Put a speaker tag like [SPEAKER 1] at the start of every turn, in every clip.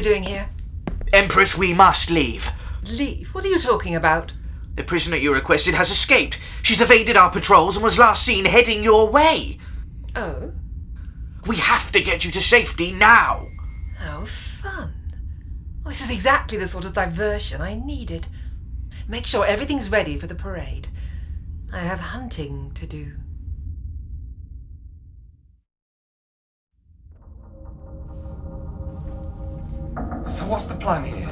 [SPEAKER 1] doing here?
[SPEAKER 2] Empress, we must leave.
[SPEAKER 1] Leave? What are you talking about?
[SPEAKER 2] The prisoner you requested has escaped. She's evaded our patrols and was last seen heading your way.
[SPEAKER 1] Oh,
[SPEAKER 2] We have to get you to safety now.
[SPEAKER 1] how fun. This is exactly the sort of diversion I needed. Make sure everything's ready for the parade. I have hunting to do.
[SPEAKER 3] So what's the plan here?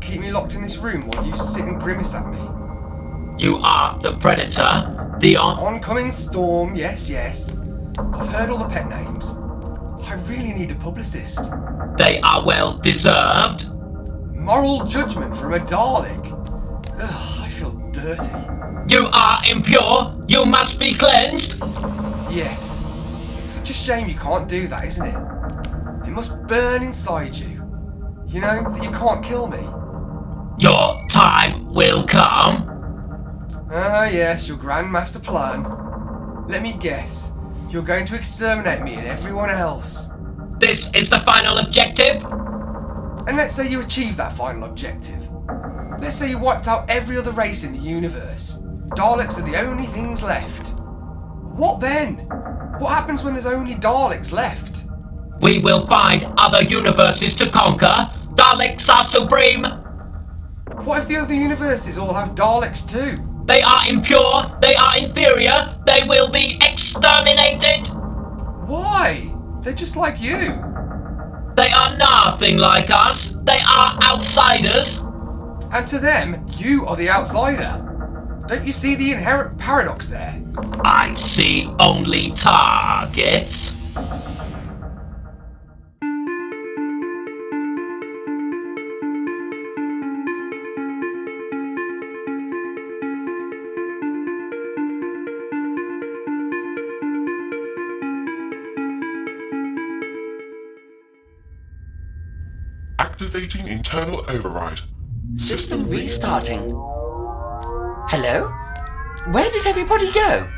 [SPEAKER 3] Keep me locked in this room while you sit and grimace at me.
[SPEAKER 4] You are the predator, the on.
[SPEAKER 3] Oncoming storm, yes, yes. I've heard all the pet names. I really need a publicist.
[SPEAKER 4] They are well deserved.
[SPEAKER 3] Moral judgment from a Dalek. Ugh, I feel dirty.
[SPEAKER 4] You are impure. You must be cleansed.
[SPEAKER 3] Yes. It's such a shame you can't do that, isn't it? It must burn inside you. You know, that you can't kill me.
[SPEAKER 4] Your time will come.
[SPEAKER 3] Ah, yes, your grandmaster plan. Let me guess. You're going to exterminate me and everyone else.
[SPEAKER 4] This is the final objective.
[SPEAKER 3] And let's say you achieve that final objective. Let's say you wiped out every other race in the universe. Daleks are the only things left. What then? What happens when there's only Daleks left?
[SPEAKER 4] We will find other universes to conquer. Daleks are supreme.
[SPEAKER 3] What if the other universes all have Daleks too?
[SPEAKER 4] They are impure. They are inferior. They will be exterminated.
[SPEAKER 3] Why? They're just like you.
[SPEAKER 4] They are nothing like us. They are outsiders.
[SPEAKER 3] And to them, you are the outsider. Don't you see the inherent paradox there?
[SPEAKER 4] I see only targets.
[SPEAKER 5] Activating internal override.
[SPEAKER 6] System restarting. Hello? Where did everybody go?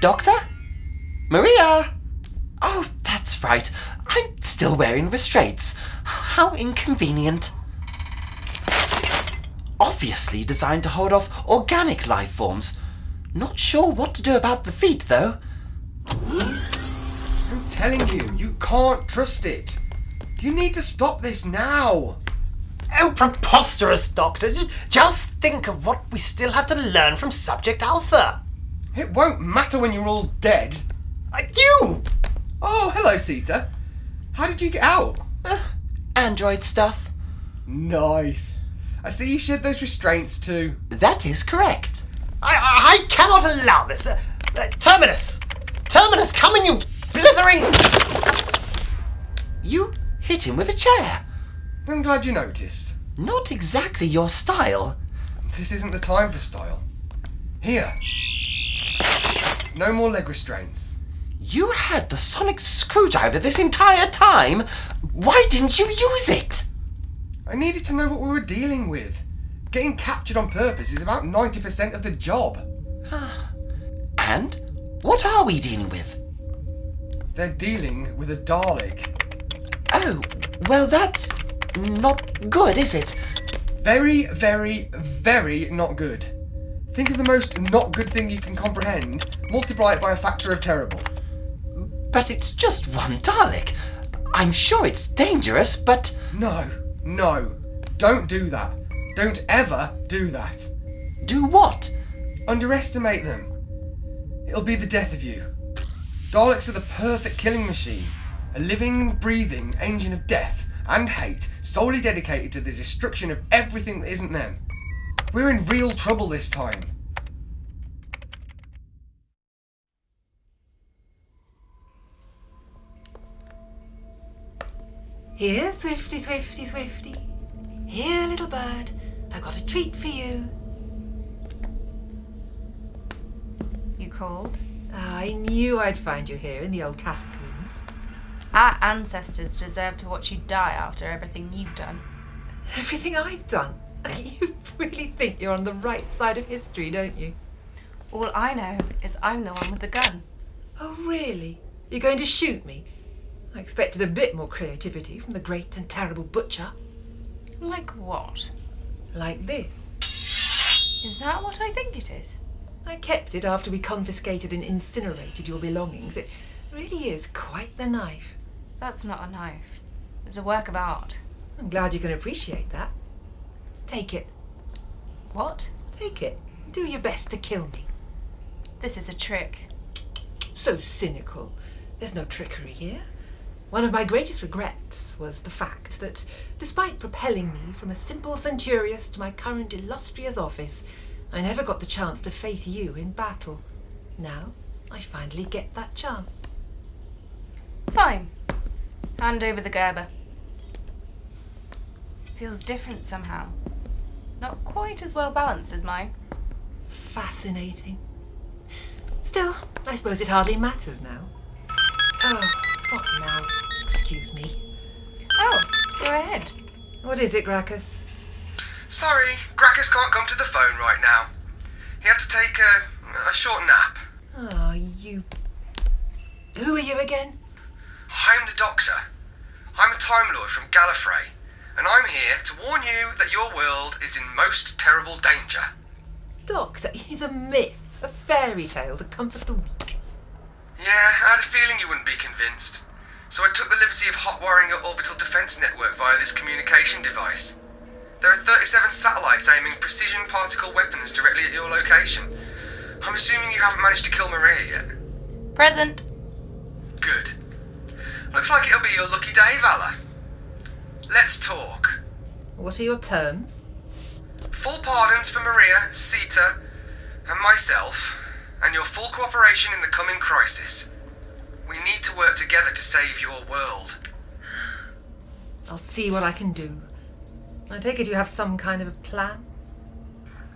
[SPEAKER 6] Doctor? Maria? Oh, that's right. I'm still wearing restraints. How inconvenient. Obviously designed to hold off organic life forms. Not sure what to do about the feet, though.
[SPEAKER 3] I'm telling you, you can't trust it. You need to stop this now.
[SPEAKER 7] Oh, preposterous, Doctor! J- Just think of what we still have to learn from Subject Alpha!
[SPEAKER 3] It won't matter when you're all dead.
[SPEAKER 7] Uh, you!
[SPEAKER 3] Oh, hello, Sita. How did you get out?
[SPEAKER 6] Android stuff.
[SPEAKER 3] Nice. I see you shed those restraints too.
[SPEAKER 6] That is correct.
[SPEAKER 7] I, I, I cannot allow this! Uh, uh, Terminus! Terminus, come in, you blithering!
[SPEAKER 6] You hit him with a chair.
[SPEAKER 3] I'm glad you noticed.
[SPEAKER 6] Not exactly your style.
[SPEAKER 3] This isn't the time for style. Here. No more leg restraints.
[SPEAKER 6] You had the sonic screwdriver this entire time. Why didn't you use it?
[SPEAKER 3] I needed to know what we were dealing with. Getting captured on purpose is about 90% of the job.
[SPEAKER 6] And what are we dealing with?
[SPEAKER 3] They're dealing with a Dalek.
[SPEAKER 6] Oh, well, that's not good, is it?
[SPEAKER 3] Very, very, very not good. Think of the most not good thing you can comprehend, multiply it by a factor of terrible.
[SPEAKER 6] But it's just one Dalek. I'm sure it's dangerous, but
[SPEAKER 3] No, no, don't do that. Don't ever do that.
[SPEAKER 6] do what?
[SPEAKER 3] Underestimate them. It'll be the death of you. Daleks are the perfect killing machine, a living, breathing engine of death and hate, solely dedicated to the destruction of everything that isn't them. We're in real trouble this time.
[SPEAKER 1] Here, Swifty, Swifty, Swifty. Here, little bird, I got a treat for you. You called? Ah, I knew I'd find you here in the old catacombs.
[SPEAKER 8] Our ancestors deserve to watch you die after everything you've done.
[SPEAKER 1] Everything I've done. You really think you're on the right side of history, don't you?
[SPEAKER 8] All I know is I'm the one with the gun.
[SPEAKER 1] Oh, really? You're going to shoot me? I expected a bit more creativity from the great and terrible butcher,
[SPEAKER 8] Like what?
[SPEAKER 1] like this.
[SPEAKER 8] Is that what I think it is?
[SPEAKER 1] I kept it after we confiscated and incinerated your belongings. It really is quite the knife.
[SPEAKER 8] That's not a knife. It's a work of art.
[SPEAKER 1] I'm glad you can appreciate that. Take it.
[SPEAKER 8] What?
[SPEAKER 1] Take it. Do your best to kill me.
[SPEAKER 8] This is a trick.
[SPEAKER 1] So cynical. There's no trickery here. One of my greatest regrets was the fact that, despite propelling me from a simple centurious to my current illustrious office, I never got the chance to face you in battle. Now, I finally get that chance.
[SPEAKER 8] Fine. Hand over the Gerber. Feels different somehow. Not quite as well balanced as mine.
[SPEAKER 1] Fascinating. Still, I suppose it hardly matters now. Oh, what now? Excuse me.
[SPEAKER 8] Oh, go ahead.
[SPEAKER 1] What is it, Gracchus?
[SPEAKER 3] Sorry, Gracchus can't come to the phone right now. He had to take a, a short nap.
[SPEAKER 1] Ah, you. Who are you again?
[SPEAKER 3] I am the Doctor. I'm a Time Lord from Gallifrey, and I'm here to warn you that your world is in most terrible danger.
[SPEAKER 1] Doctor, he's a myth, a fairy tale to comfort the weak.
[SPEAKER 3] Yeah, I had a feeling you wouldn't be convinced. So I took the liberty of hotwiring your orbital defense network via this communication device. There are 37 satellites aiming precision particle weapons directly at your location. I'm assuming you haven't managed to kill Maria yet.
[SPEAKER 8] Present.
[SPEAKER 3] Good. Looks like it'll be your lucky day, Valor. Let's talk.
[SPEAKER 1] What are your terms?
[SPEAKER 3] Full pardons for Maria, Sita, and myself, and your full cooperation in the coming crisis. We need to work together to save your world.
[SPEAKER 1] I'll see what I can do. I take it you have some kind of a plan?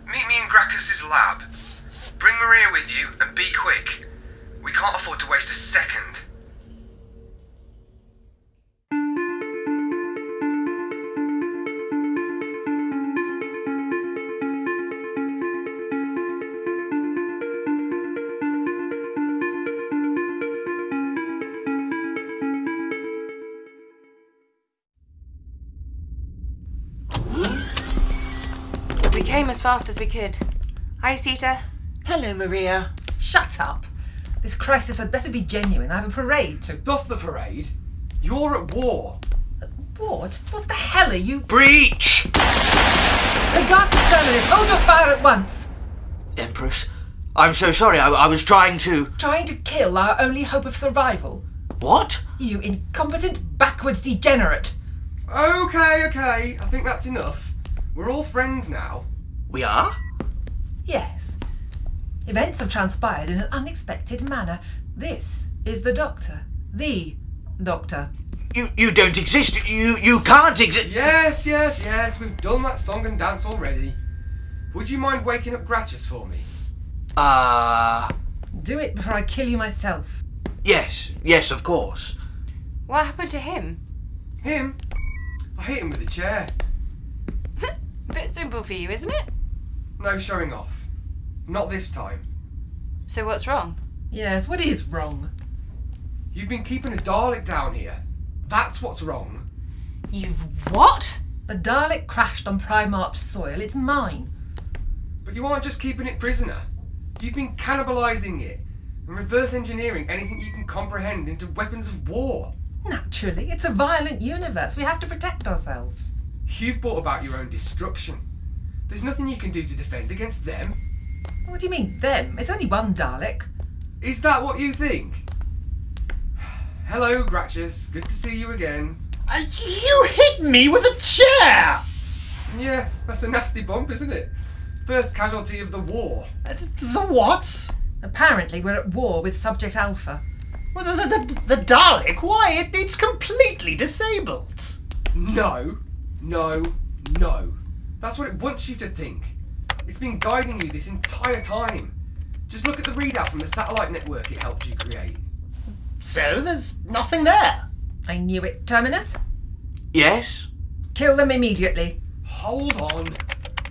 [SPEAKER 3] Meet me in Gracchus's lab. Bring Maria with you and be quick. We can't afford to waste a second.
[SPEAKER 8] We came as fast as we could. Hi, Sita.
[SPEAKER 6] Hello, Maria.
[SPEAKER 1] Shut up! This crisis had better be genuine. I have a parade to.
[SPEAKER 3] Stuff the parade. You're at war.
[SPEAKER 1] What? What the hell are you.
[SPEAKER 2] Breach!
[SPEAKER 1] Legatus Terminus, hold your fire at once!
[SPEAKER 2] Empress, I'm so sorry. I, I was trying to.
[SPEAKER 1] Trying to kill our only hope of survival?
[SPEAKER 2] What?
[SPEAKER 1] You incompetent, backwards degenerate!
[SPEAKER 3] Okay, okay. I think that's enough. We're all friends now.
[SPEAKER 2] We are?
[SPEAKER 1] Yes. Events have transpired in an unexpected manner. This is the Doctor. The Doctor.
[SPEAKER 2] You you don't exist. You you can't exist.
[SPEAKER 3] Yes, yes, yes. We've done that song and dance already. Would you mind waking up Gracchus for me?
[SPEAKER 2] Ah.
[SPEAKER 1] Do it before I kill you myself.
[SPEAKER 2] yes, yes, of course.
[SPEAKER 8] What happened to him?
[SPEAKER 3] Him? I hit him with a chair.
[SPEAKER 8] Bit simple for you, isn't it?
[SPEAKER 3] No showing off. Not this time.
[SPEAKER 8] So what's wrong?
[SPEAKER 1] Yes, what is wrong?
[SPEAKER 3] You've been keeping a Dalek down here. That's what's wrong.
[SPEAKER 8] You've what?
[SPEAKER 1] The Dalek crashed on Primarch soil. It's mine.
[SPEAKER 3] But you aren't just keeping it prisoner. You've been cannibalizing it and reverse engineering anything you can comprehend into weapons of war.
[SPEAKER 1] Naturally, it's a violent universe. We have to protect ourselves.
[SPEAKER 3] You've brought about your own destruction. There's nothing you can do to defend against them.
[SPEAKER 1] What do you mean, them? It's only one Dalek.
[SPEAKER 3] Is that what you think? Hello, Gracchus. Good to see you again.
[SPEAKER 7] Uh,
[SPEAKER 6] You hit me with a chair!
[SPEAKER 3] Yeah, that's a nasty bump, isn't it? First casualty of the war.
[SPEAKER 6] The what?
[SPEAKER 1] Apparently, we're at war with Subject Alpha.
[SPEAKER 6] Well, The, the, the, the Dalek? Why? It, it's completely disabled.
[SPEAKER 3] No, no, no. That's what it wants you to think. It's been guiding you this entire time. Just look at the readout from the satellite network it helped you create.
[SPEAKER 6] So there's nothing there.
[SPEAKER 1] I knew it. Terminus,
[SPEAKER 2] Yes.
[SPEAKER 1] kill them immediately.
[SPEAKER 3] Hold on.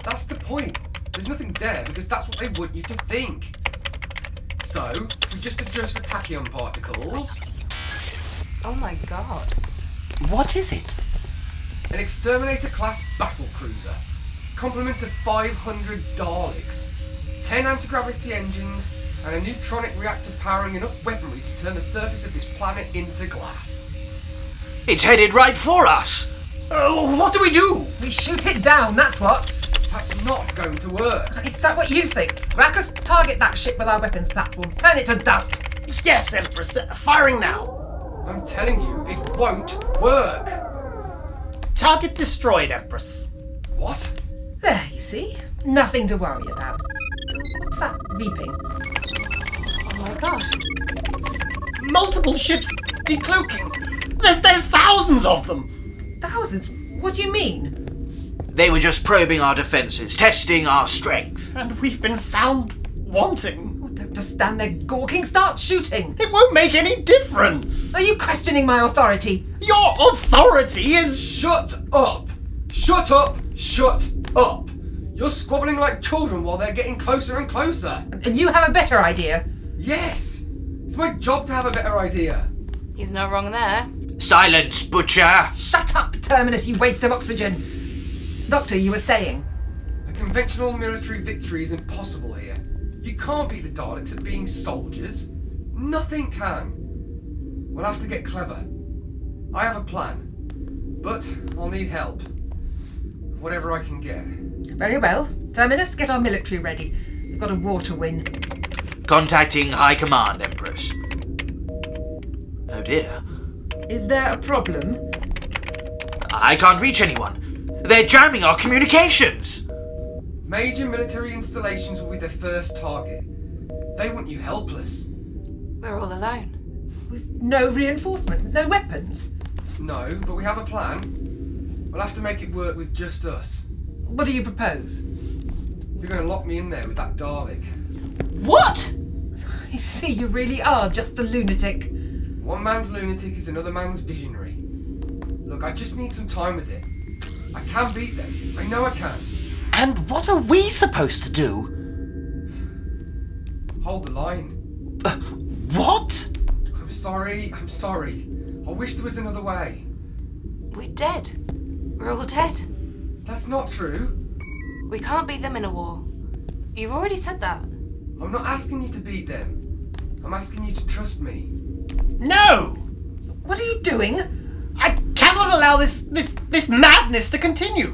[SPEAKER 3] That's the point. There's nothing there because that's what they want you to think. So, we just adjust the tachyon particles.
[SPEAKER 8] Oh my god.
[SPEAKER 6] What is it?
[SPEAKER 3] An exterminator class battle cruiser. Complement of 500 Daleks. 10 anti gravity engines, and a neutronic reactor powering enough weaponry to turn the surface of this planet into glass.
[SPEAKER 2] It's headed right for us.
[SPEAKER 3] Oh, what do we do?
[SPEAKER 1] We shoot it down, that's what.
[SPEAKER 3] That's not going to work.
[SPEAKER 1] Is that what you think? Rakus, target that ship with our weapons platform. Turn it to dust.
[SPEAKER 7] Yes, Empress. uh, Firing now.
[SPEAKER 3] I'm telling you, it won't work.
[SPEAKER 7] Target destroyed, Empress.
[SPEAKER 3] What?
[SPEAKER 1] There, you see? Nothing to worry about. What's that beeping? Oh my god.
[SPEAKER 7] Multiple ships decloaking. There's, there's thousands of them.
[SPEAKER 1] Thousands? What do you mean?
[SPEAKER 2] They were just probing our defences, testing our strength.
[SPEAKER 7] And we've been found wanting.
[SPEAKER 1] Oh, Don't just stand there gawking, start shooting!
[SPEAKER 7] It won't make any difference.
[SPEAKER 1] Are you questioning my authority?
[SPEAKER 7] Your authority is.
[SPEAKER 3] Shut up! Shut up! Shut up! You're squabbling like children while they're getting closer and closer.
[SPEAKER 1] And you have a better idea.
[SPEAKER 3] Yes! It's my job to have a better idea.
[SPEAKER 8] He's not wrong there.
[SPEAKER 2] Silence, butcher.
[SPEAKER 1] Shut up, Terminus, you waste of oxygen! Doctor, you were saying.
[SPEAKER 3] A conventional military victory is impossible here. You can't beat the Daleks at being soldiers. Nothing can. We'll have to get clever. I have a plan, but I'll need help. Whatever I can get.
[SPEAKER 1] Very well. Terminus, get our military ready. We've got a war to win.
[SPEAKER 2] Contacting High Command, Empress. Oh dear.
[SPEAKER 1] Is there a problem?
[SPEAKER 2] I can't reach anyone. They're jamming our communications.
[SPEAKER 3] Major military installations will be their first target. They want you helpless.
[SPEAKER 8] We're all alone.
[SPEAKER 1] We've no reinforcements, no weapons.
[SPEAKER 3] No, but we have a plan. We'll have to make it work with just us.
[SPEAKER 1] What do you propose?
[SPEAKER 3] You're going to lock me in there with that Dalek.
[SPEAKER 8] What?
[SPEAKER 1] I see you really are just a lunatic.
[SPEAKER 3] One man's lunatic is another man's visionary. Look, I just need some time with it. I can beat them. I know I can.
[SPEAKER 6] And what are we supposed to do?
[SPEAKER 3] Hold the line.
[SPEAKER 6] Uh, What?
[SPEAKER 3] I'm sorry. I'm sorry. I wish there was another way.
[SPEAKER 8] We're dead. We're all dead.
[SPEAKER 3] That's not true.
[SPEAKER 8] We can't beat them in a war. You've already said that.
[SPEAKER 3] I'm not asking you to beat them. I'm asking you to trust me.
[SPEAKER 7] No!
[SPEAKER 1] What are you doing?
[SPEAKER 7] I cannot allow this, this, this madness to continue.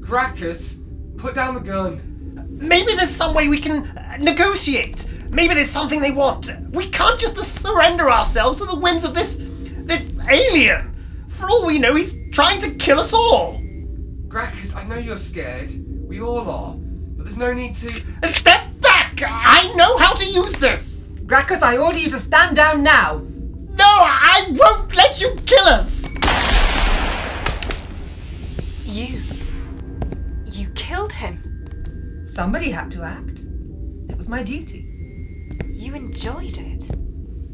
[SPEAKER 3] Gracchus, put down the gun.
[SPEAKER 7] Maybe there's some way we can uh, negotiate. Maybe there's something they want. We can't just surrender ourselves to the whims of this this alien. For all we know, he's trying to kill us all.
[SPEAKER 3] Gracchus, I know you're scared. We all are. But there's no need to.
[SPEAKER 7] Step back. I know how to use this.
[SPEAKER 1] Gracchus, I order you to stand down now.
[SPEAKER 7] No, I won't let you kill us.
[SPEAKER 8] You. You killed him.
[SPEAKER 1] Somebody had to act. It was my duty.
[SPEAKER 8] You enjoyed it.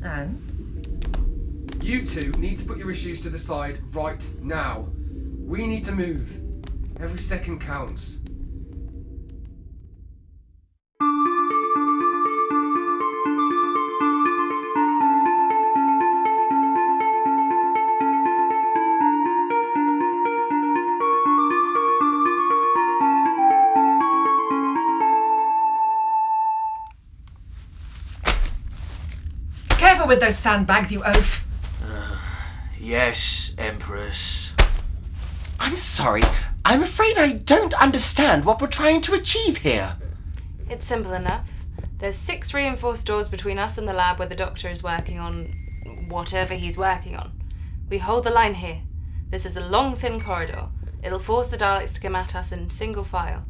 [SPEAKER 1] And
[SPEAKER 3] You two need to put your issues to the side right now. We need to move. Every second counts.
[SPEAKER 1] careful with those sandbags, you oaf.
[SPEAKER 2] Yes, Empress.
[SPEAKER 6] I'm sorry. I'm afraid I don't understand what we're trying to achieve here.
[SPEAKER 8] It's simple enough. There's six reinforced doors between us and the lab where the doctor is working on whatever he's working on. We hold the line here. This is a long, thin corridor. It'll force the Daleks to come at us in single file.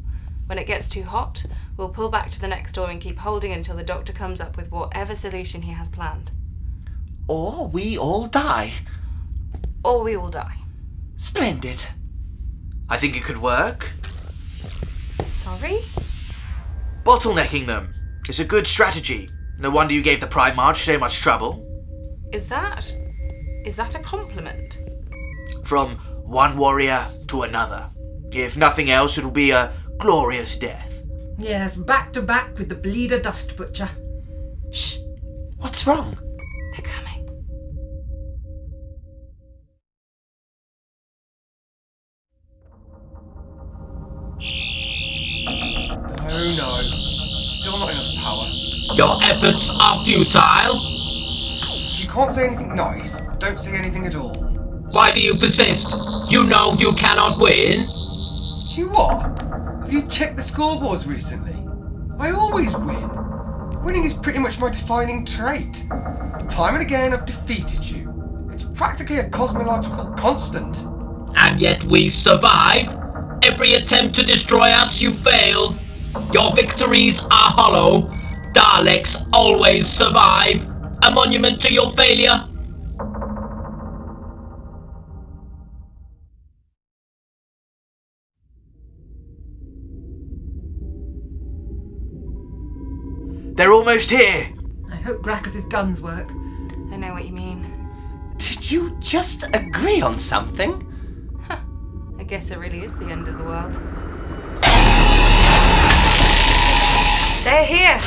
[SPEAKER 8] When it gets too hot, we'll pull back to the next door and keep holding until the doctor comes up with whatever solution he has planned.
[SPEAKER 6] Or we all die.
[SPEAKER 8] Or we all die.
[SPEAKER 6] Splendid.
[SPEAKER 2] I think it could work.
[SPEAKER 8] Sorry?
[SPEAKER 2] Bottlenecking them is a good strategy. No wonder you gave the Prime March so much trouble.
[SPEAKER 8] Is that. is that a compliment?
[SPEAKER 2] From one warrior to another. If nothing else, it'll be a glorious death.
[SPEAKER 1] Yes, back to back with the bleeder dust butcher.
[SPEAKER 8] Shh!
[SPEAKER 6] What's wrong?
[SPEAKER 8] They're coming.
[SPEAKER 3] Oh no. Still not enough power.
[SPEAKER 4] Your efforts are futile.
[SPEAKER 3] If you can't say anything nice, don't say anything at all.
[SPEAKER 4] Why do you persist? You know you cannot win.
[SPEAKER 3] You what? Have you checked the scoreboards recently? I always win. Winning is pretty much my defining trait. Time and again, I've defeated you. It's practically a cosmological constant.
[SPEAKER 4] And yet we survive. Every attempt to destroy us, you fail. Your victories are hollow. Daleks always survive. A monument to your failure.
[SPEAKER 2] They're almost here.
[SPEAKER 1] I hope Gracchus's guns work.
[SPEAKER 8] I know what you mean.
[SPEAKER 6] Did you just agree on something?
[SPEAKER 8] I guess it really is the end of the world. They're here!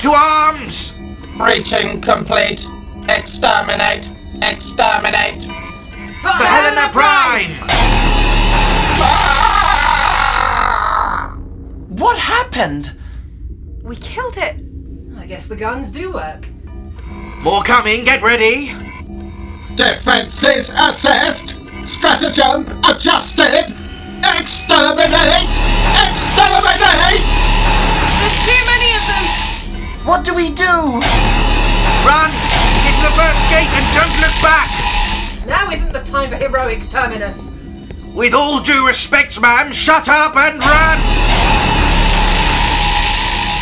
[SPEAKER 2] To arms!
[SPEAKER 4] Breaching complete. Exterminate. Exterminate.
[SPEAKER 1] For
[SPEAKER 2] For Helena Prime!
[SPEAKER 6] What happened?
[SPEAKER 8] We killed it!
[SPEAKER 1] I guess the guns do work.
[SPEAKER 2] More coming, get ready!
[SPEAKER 9] Defenses assessed. Stratagem adjusted. Exterminate! Exterminate!
[SPEAKER 8] There's too many of them!
[SPEAKER 6] What do we do?
[SPEAKER 2] Run! It's the first gate and don't look back!
[SPEAKER 1] Now isn't the time for heroics, Terminus.
[SPEAKER 2] With all due respect, ma'am, shut up and run!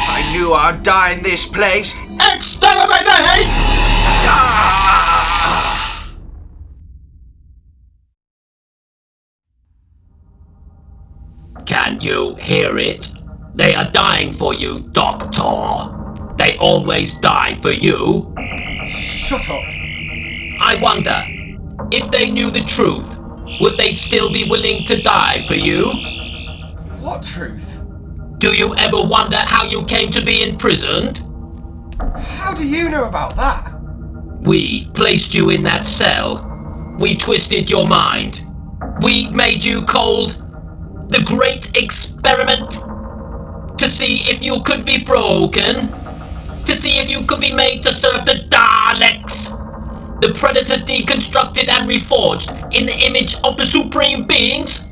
[SPEAKER 2] I knew I'd die in this place.
[SPEAKER 9] Exterminate!
[SPEAKER 2] Ah!
[SPEAKER 4] Can you hear it? They are dying for you, Doctor. They always die for you.
[SPEAKER 3] Shut up.
[SPEAKER 4] I wonder, if they knew the truth, would they still be willing to die for you?
[SPEAKER 3] What truth?
[SPEAKER 4] Do you ever wonder how you came to be imprisoned?
[SPEAKER 3] How do you know about that?
[SPEAKER 4] We placed you in that cell. We twisted your mind. We made you cold. The great experiment. To see if you could be broken. To see if you could be made to serve the Daleks. The predator deconstructed and reforged in the image of the supreme beings.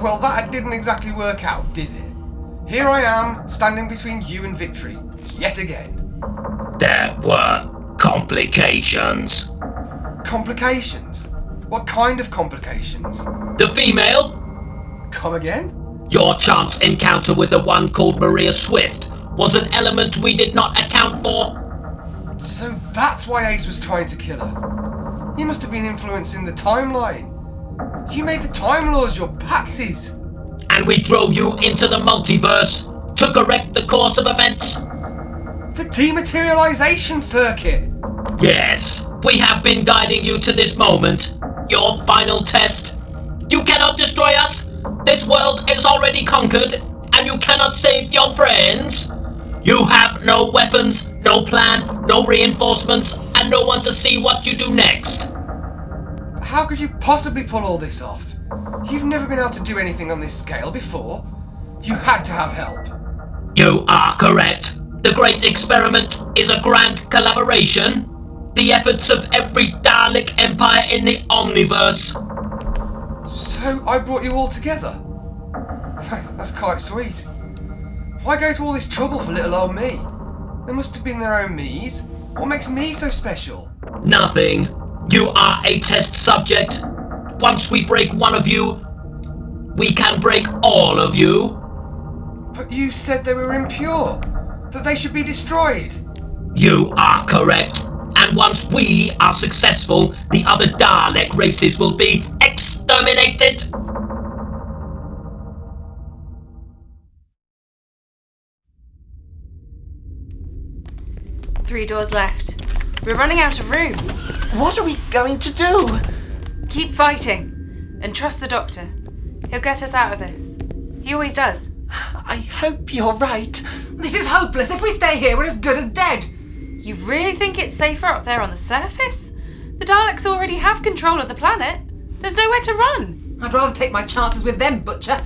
[SPEAKER 3] Well, that didn't exactly work out, did it? Here I am, standing between you and victory, yet again.
[SPEAKER 4] There were complications.
[SPEAKER 3] Complications? What kind of complications?
[SPEAKER 4] The female
[SPEAKER 3] Come again?
[SPEAKER 4] Your chance encounter with the one called Maria Swift was an element we did not account for.
[SPEAKER 3] So that's why Ace was trying to kill her. You must have been influencing the timeline. You made the Time Lords your patsies.
[SPEAKER 4] And we drove you into the multiverse to correct the course of events.
[SPEAKER 3] The dematerialization circuit.
[SPEAKER 4] Yes, we have been guiding you to this moment. Your final test. You cannot destroy us. This world is already conquered, and you cannot save your friends. You have no weapons, no plan, no reinforcements, and no one to see what you do next.
[SPEAKER 3] How could you possibly pull all this off? You've never been able to do anything on this scale before. You had to have help.
[SPEAKER 4] You are correct. The Great Experiment is a grand collaboration. The efforts of every Dalek Empire in the Omniverse.
[SPEAKER 3] So I brought you all together. That's quite sweet. Why go to all this trouble for little old me? There must have been their own me's. What makes me so special?
[SPEAKER 4] Nothing. You are a test subject. Once we break one of you, we can break all of you.
[SPEAKER 3] But you said they were impure, that they should be destroyed.
[SPEAKER 4] You are correct. And once we are successful, the other Dalek races will be exterminated.
[SPEAKER 8] Three doors left. We're running out of room.
[SPEAKER 6] What are we going to do?
[SPEAKER 8] Keep fighting and trust the doctor. He'll get us out of this. He always does.
[SPEAKER 6] I hope you're right.
[SPEAKER 1] This is hopeless. If we stay here, we're as good as dead.
[SPEAKER 8] You really think it's safer up there on the surface? The Daleks already have control of the planet. There's nowhere to run.
[SPEAKER 1] I'd rather take my chances with them, Butcher.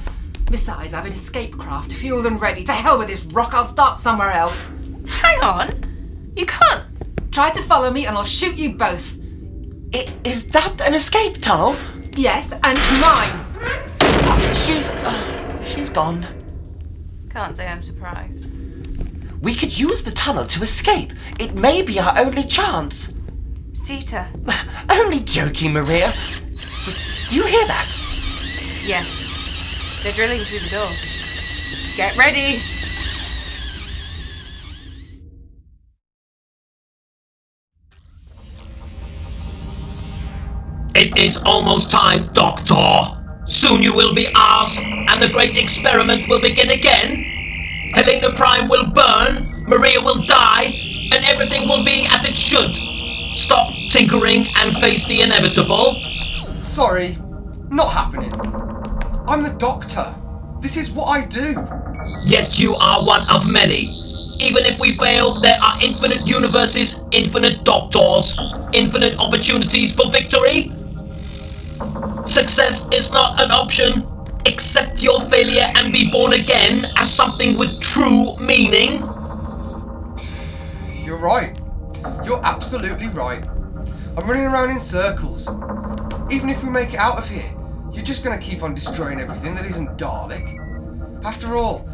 [SPEAKER 1] Besides, I've an escape craft fueled and ready. To hell with this rock, I'll start somewhere else.
[SPEAKER 8] Hang on. You can't.
[SPEAKER 1] Try to follow me and I'll shoot you both.
[SPEAKER 6] I- is that an escape tunnel?
[SPEAKER 1] Yes, and it's mine.
[SPEAKER 6] She's. uh, she's gone.
[SPEAKER 8] Can't say I'm surprised.
[SPEAKER 6] We could use the tunnel to escape. It may be our only chance.
[SPEAKER 8] Sita.
[SPEAKER 6] Only joking, Maria. Do you hear that?
[SPEAKER 8] Yes. They're drilling through the door. Get ready.
[SPEAKER 4] It is almost time, Doctor. Soon you will be ours, and the great experiment will begin again. Helena Prime will burn, Maria will die, and everything will be as it should. Stop tinkering and face the inevitable.
[SPEAKER 3] Sorry, not happening. I'm the doctor. This is what I do.
[SPEAKER 4] Yet you are one of many. Even if we fail, there are infinite universes, infinite doctors, infinite opportunities for victory. Success is not an option. Accept your failure and be born again as something with true meaning.
[SPEAKER 3] You're right. You're absolutely right. I'm running around in circles. Even if we make it out of here, you're just going to keep on destroying everything that isn't Dalek. After all,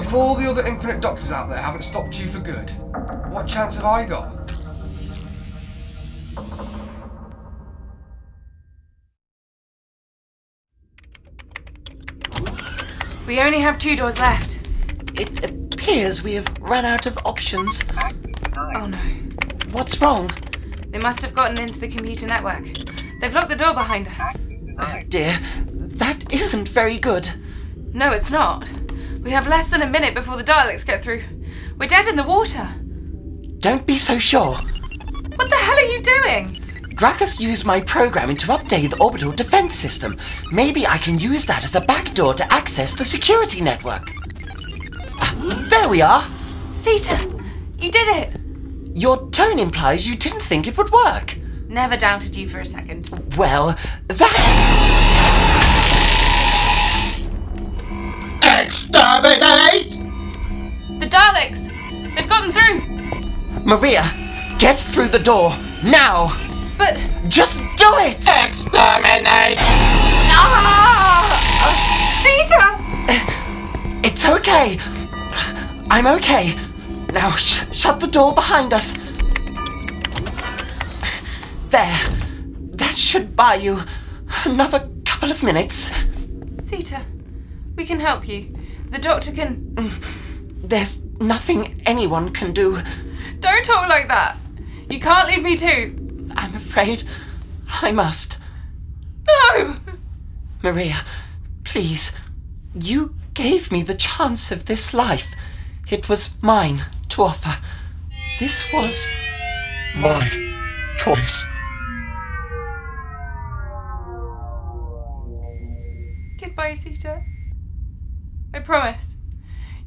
[SPEAKER 3] if all the other infinite doctors out there haven't stopped you for good, what chance have I got?
[SPEAKER 8] We only have two doors left.
[SPEAKER 6] It appears we have run out of options.
[SPEAKER 8] Oh no.
[SPEAKER 6] What's wrong?
[SPEAKER 8] They must have gotten into the computer network. They've locked the door behind us.
[SPEAKER 6] Dear, that isn't very good.
[SPEAKER 8] No, it's not. We have less than a minute before the Daleks get through. We're dead in the water.
[SPEAKER 6] Don't be so sure.
[SPEAKER 8] What the hell are you doing?
[SPEAKER 6] Gracchus used my programming to update the orbital defense system. Maybe I can use that as a backdoor to access the security network. Ah, There we are.
[SPEAKER 8] Sita, you did it.
[SPEAKER 6] Your tone implies you didn't think it would work.
[SPEAKER 8] Never doubted you for a second.
[SPEAKER 6] Well, that's.
[SPEAKER 9] Exterminate!
[SPEAKER 8] The Daleks! They've gotten through!
[SPEAKER 6] Maria, get through the door. Now!
[SPEAKER 8] But
[SPEAKER 6] Just do it!
[SPEAKER 9] Exterminate!
[SPEAKER 8] Sita!
[SPEAKER 6] It's okay. I'm okay. Now sh- shut the door behind us. There. That should buy you another couple of minutes.
[SPEAKER 8] Sita, we can help you. The doctor can
[SPEAKER 6] There's nothing anyone can do.
[SPEAKER 8] Don't talk like that! You can't leave me too!
[SPEAKER 6] I'm afraid I must.
[SPEAKER 8] No!
[SPEAKER 6] Maria, please. You gave me the chance of this life. It was mine to offer. This was.
[SPEAKER 5] My choice.
[SPEAKER 8] Goodbye, Sita. I promise.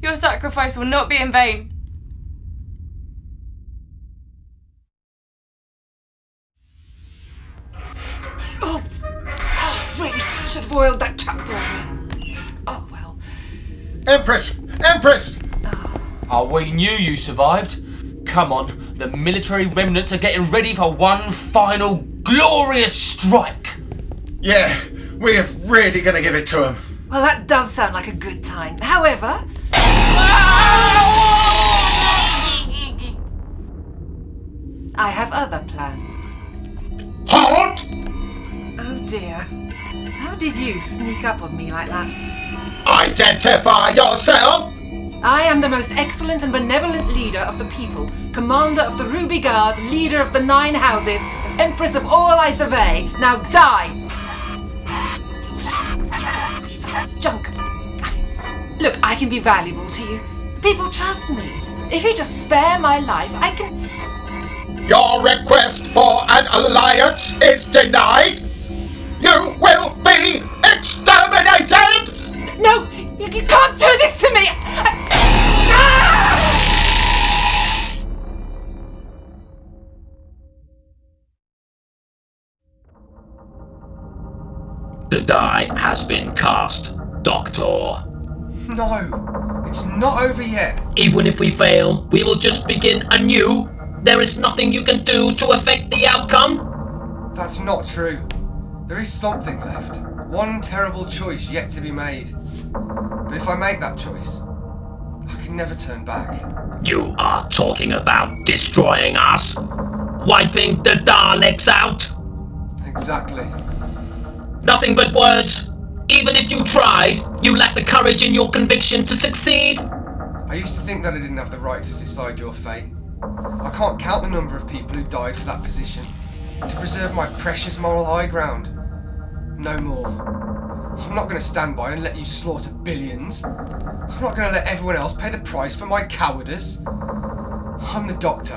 [SPEAKER 8] Your sacrifice will not be in vain.
[SPEAKER 1] Oh, oh really? Should have oiled that chapter. Oh, well.
[SPEAKER 9] Empress! Empress!
[SPEAKER 10] Oh, we knew you survived. Come on, the military remnants are getting ready for one final glorious strike.
[SPEAKER 9] Yeah, we're really gonna give it to him.
[SPEAKER 1] Well, that does sound like a good time. However, I have other plans.
[SPEAKER 9] Halt!
[SPEAKER 1] Oh dear. How did you sneak up on me like that?
[SPEAKER 9] Identify yourself!
[SPEAKER 1] I am the most excellent and benevolent leader of the people, commander of the Ruby Guard, leader of the Nine Houses, empress of all I survey. Now die! Piece of Junk. Look, I can be valuable to you. People trust me. If you just spare my life, I can.
[SPEAKER 9] Your request for an alliance is denied! You will be exterminated!
[SPEAKER 1] No! You, you can't do this to me! I-
[SPEAKER 4] The die has been cast. Doctor.
[SPEAKER 3] No, it's not over yet.
[SPEAKER 4] Even if we fail, we will just begin anew. There is nothing you can do to affect the outcome.
[SPEAKER 3] That's not true. There is something left. One terrible choice yet to be made. But if I make that choice, I can never turn back.
[SPEAKER 4] You are talking about destroying us, wiping the Daleks out.
[SPEAKER 3] Exactly.
[SPEAKER 4] Nothing but words. Even if you tried, you lack the courage in your conviction to succeed.
[SPEAKER 3] I used to think that I didn't have the right to decide your fate. I can't count the number of people who died for that position. To preserve my precious moral high ground. No more. I'm not going to stand by and let you slaughter billions. I'm not going to let everyone else pay the price for my cowardice. I'm the doctor,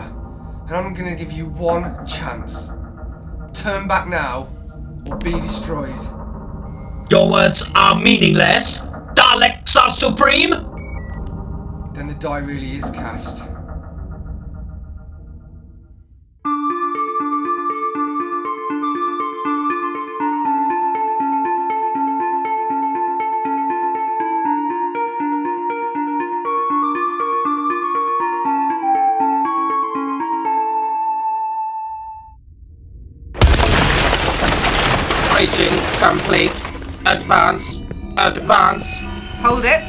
[SPEAKER 3] and I'm going to give you one chance. Turn back now, or be destroyed.
[SPEAKER 4] Your words are meaningless. Daleks are supreme.
[SPEAKER 3] Then the die really is cast.
[SPEAKER 11] Bridging complete. Advance. Advance.
[SPEAKER 8] Hold it.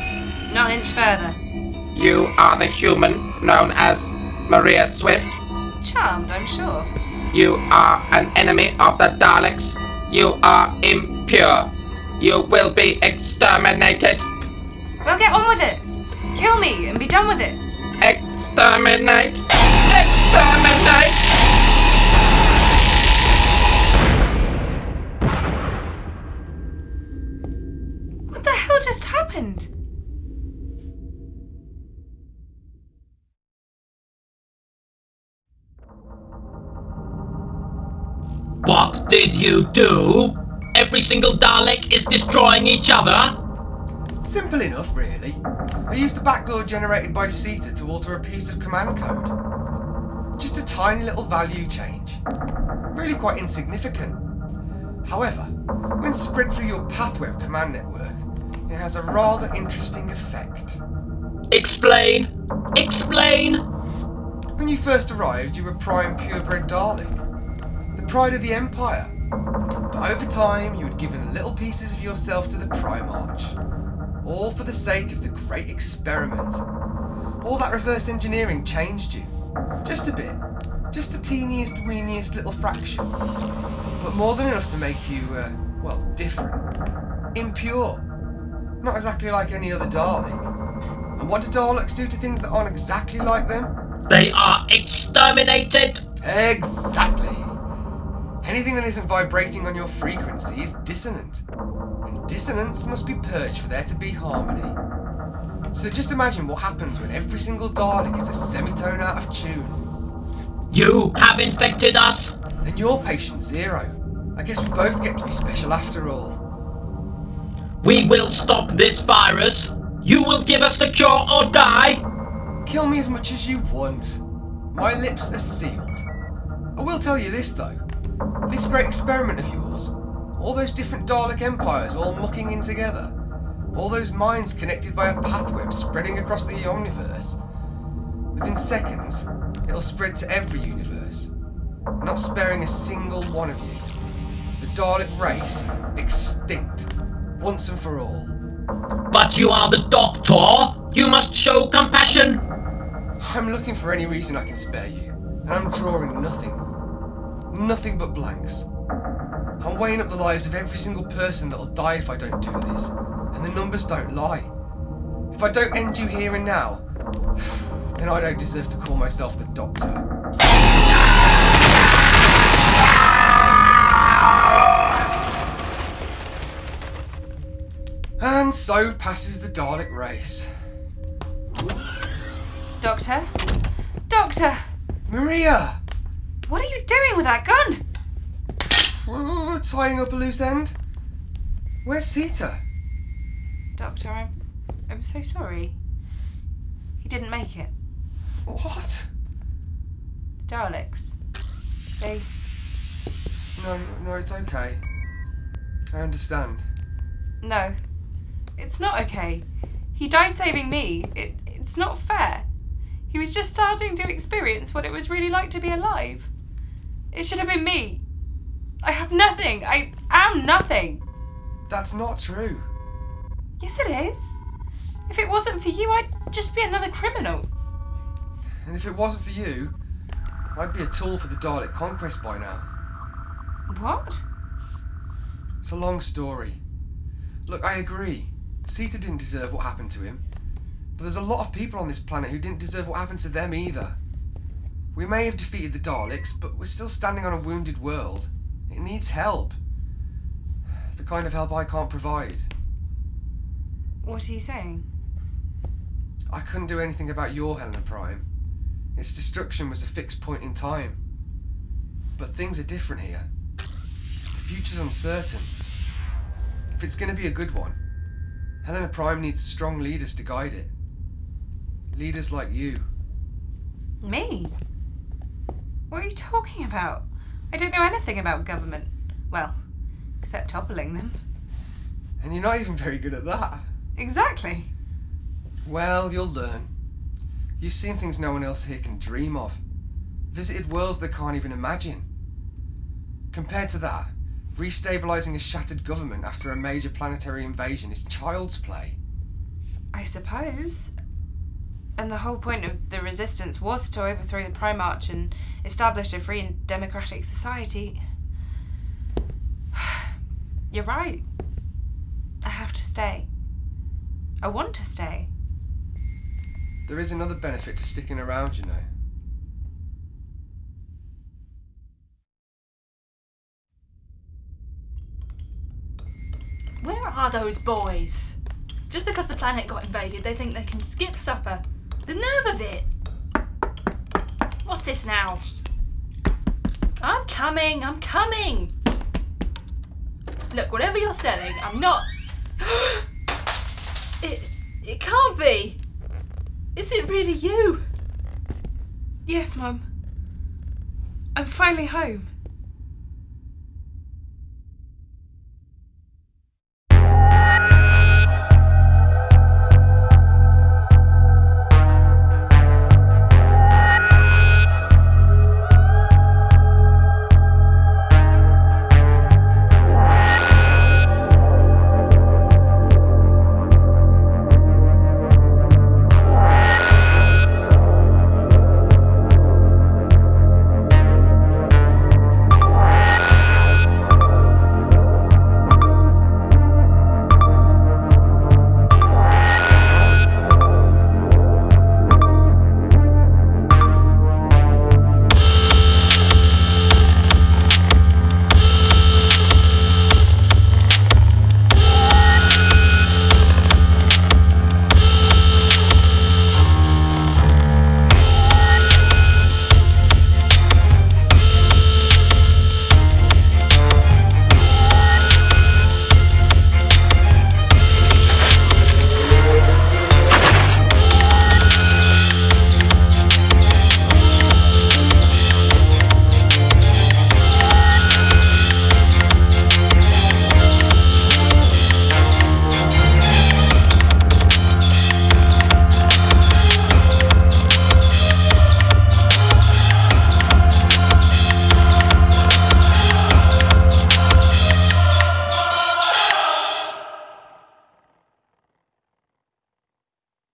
[SPEAKER 8] Not an inch further.
[SPEAKER 11] You are the human known as Maria Swift.
[SPEAKER 8] Charmed, I'm sure.
[SPEAKER 11] You are an enemy of the Daleks. You are impure. You will be exterminated.
[SPEAKER 8] Well, get on with it. Kill me and be done with it.
[SPEAKER 11] Exterminate. Exterminate.
[SPEAKER 8] What the hell just happened?
[SPEAKER 4] What did you do? Every single Dalek is destroying each other.
[SPEAKER 3] Simple enough, really. I used the backdoor generated by CETA to alter a piece of command code. Just a tiny little value change. Really quite insignificant. However, when spread through your Pathweb command network, it has a rather interesting effect.
[SPEAKER 4] Explain! Explain!
[SPEAKER 3] When you first arrived, you were prime purebred Dalek, the pride of the Empire. But over time, you had given little pieces of yourself to the Primarch, all for the sake of the great experiment. All that reverse engineering changed you, just a bit, just the teeniest, weeniest little fraction, but more than enough to make you, uh, well, different, impure, not exactly like any other Dalek. And what do Daleks do to things that aren't exactly like them?
[SPEAKER 4] They are exterminated.
[SPEAKER 3] Exactly. Anything that isn't vibrating on your frequency is dissonant. And dissonance must be purged for there to be harmony. So just imagine what happens when every single Dalek is a semitone out of tune.
[SPEAKER 4] You have infected us.
[SPEAKER 3] Then you're patient zero. I guess we both get to be special after all.
[SPEAKER 4] We will stop this virus. You will give us the cure or die.
[SPEAKER 3] Kill me as much as you want. My lips are sealed. I will tell you this though. This great experiment of yours, all those different Dalek empires all mucking in together, all those minds connected by a pathweb spreading across the omniverse, within seconds, it'll spread to every universe, not sparing a single one of you. The Dalek race extinct, once and for all.
[SPEAKER 4] But you are the doctor. You must show compassion.
[SPEAKER 3] I'm looking for any reason I can spare you, and I'm drawing nothing. Nothing but blanks. I'm weighing up the lives of every single person that'll die if I don't do this, and the numbers don't lie. If I don't end you here and now, then I don't deserve to call myself the doctor. And so passes the Dalek race.
[SPEAKER 8] Doctor? Doctor!
[SPEAKER 3] Maria!
[SPEAKER 8] What are you doing with that gun?
[SPEAKER 3] Oh, tying up a loose end? Where's Sita?
[SPEAKER 8] Doctor, I'm. I'm so sorry. He didn't make it.
[SPEAKER 3] What?
[SPEAKER 8] The Daleks. They.
[SPEAKER 3] No, no, it's okay. I understand.
[SPEAKER 8] No. It's not okay. He died saving me. It, it's not fair. He was just starting to experience what it was really like to be alive. It should have been me. I have nothing. I am nothing.
[SPEAKER 3] That's not true.
[SPEAKER 8] Yes, it is. If it wasn't for you, I'd just be another criminal.
[SPEAKER 3] And if it wasn't for you, I'd be a tool for the Dalek conquest by now.
[SPEAKER 8] What?
[SPEAKER 3] It's a long story. Look, I agree. Sita didn't deserve what happened to him. But there's a lot of people on this planet who didn't deserve what happened to them either. We may have defeated the Daleks, but we're still standing on a wounded world. It needs help. The kind of help I can't provide.
[SPEAKER 8] What are you saying?
[SPEAKER 3] I couldn't do anything about your Helena Prime. Its destruction was a fixed point in time. But things are different here. The future's uncertain. If it's going to be a good one, Helena Prime needs strong leaders to guide it. Leaders like you.
[SPEAKER 8] Me? What are you talking about? I don't know anything about government. Well, except toppling them.
[SPEAKER 3] And you're not even very good at that.
[SPEAKER 8] Exactly.
[SPEAKER 3] Well, you'll learn. You've seen things no one else here can dream of, visited worlds they can't even imagine. Compared to that, restabilizing a shattered government after a major planetary invasion is child's play.
[SPEAKER 8] I suppose. And the whole point of the resistance was to overthrow the Primarch and establish a free and democratic society. You're right. I have to stay. I want to stay.
[SPEAKER 3] There is another benefit to sticking around, you know.
[SPEAKER 12] Where are those boys? Just because the planet got invaded, they think they can skip supper. The nerve of it! What's this now? I'm coming, I'm coming! Look, whatever you're selling, I'm not. it, it can't be! Is it really you?
[SPEAKER 8] Yes, Mum. I'm finally home.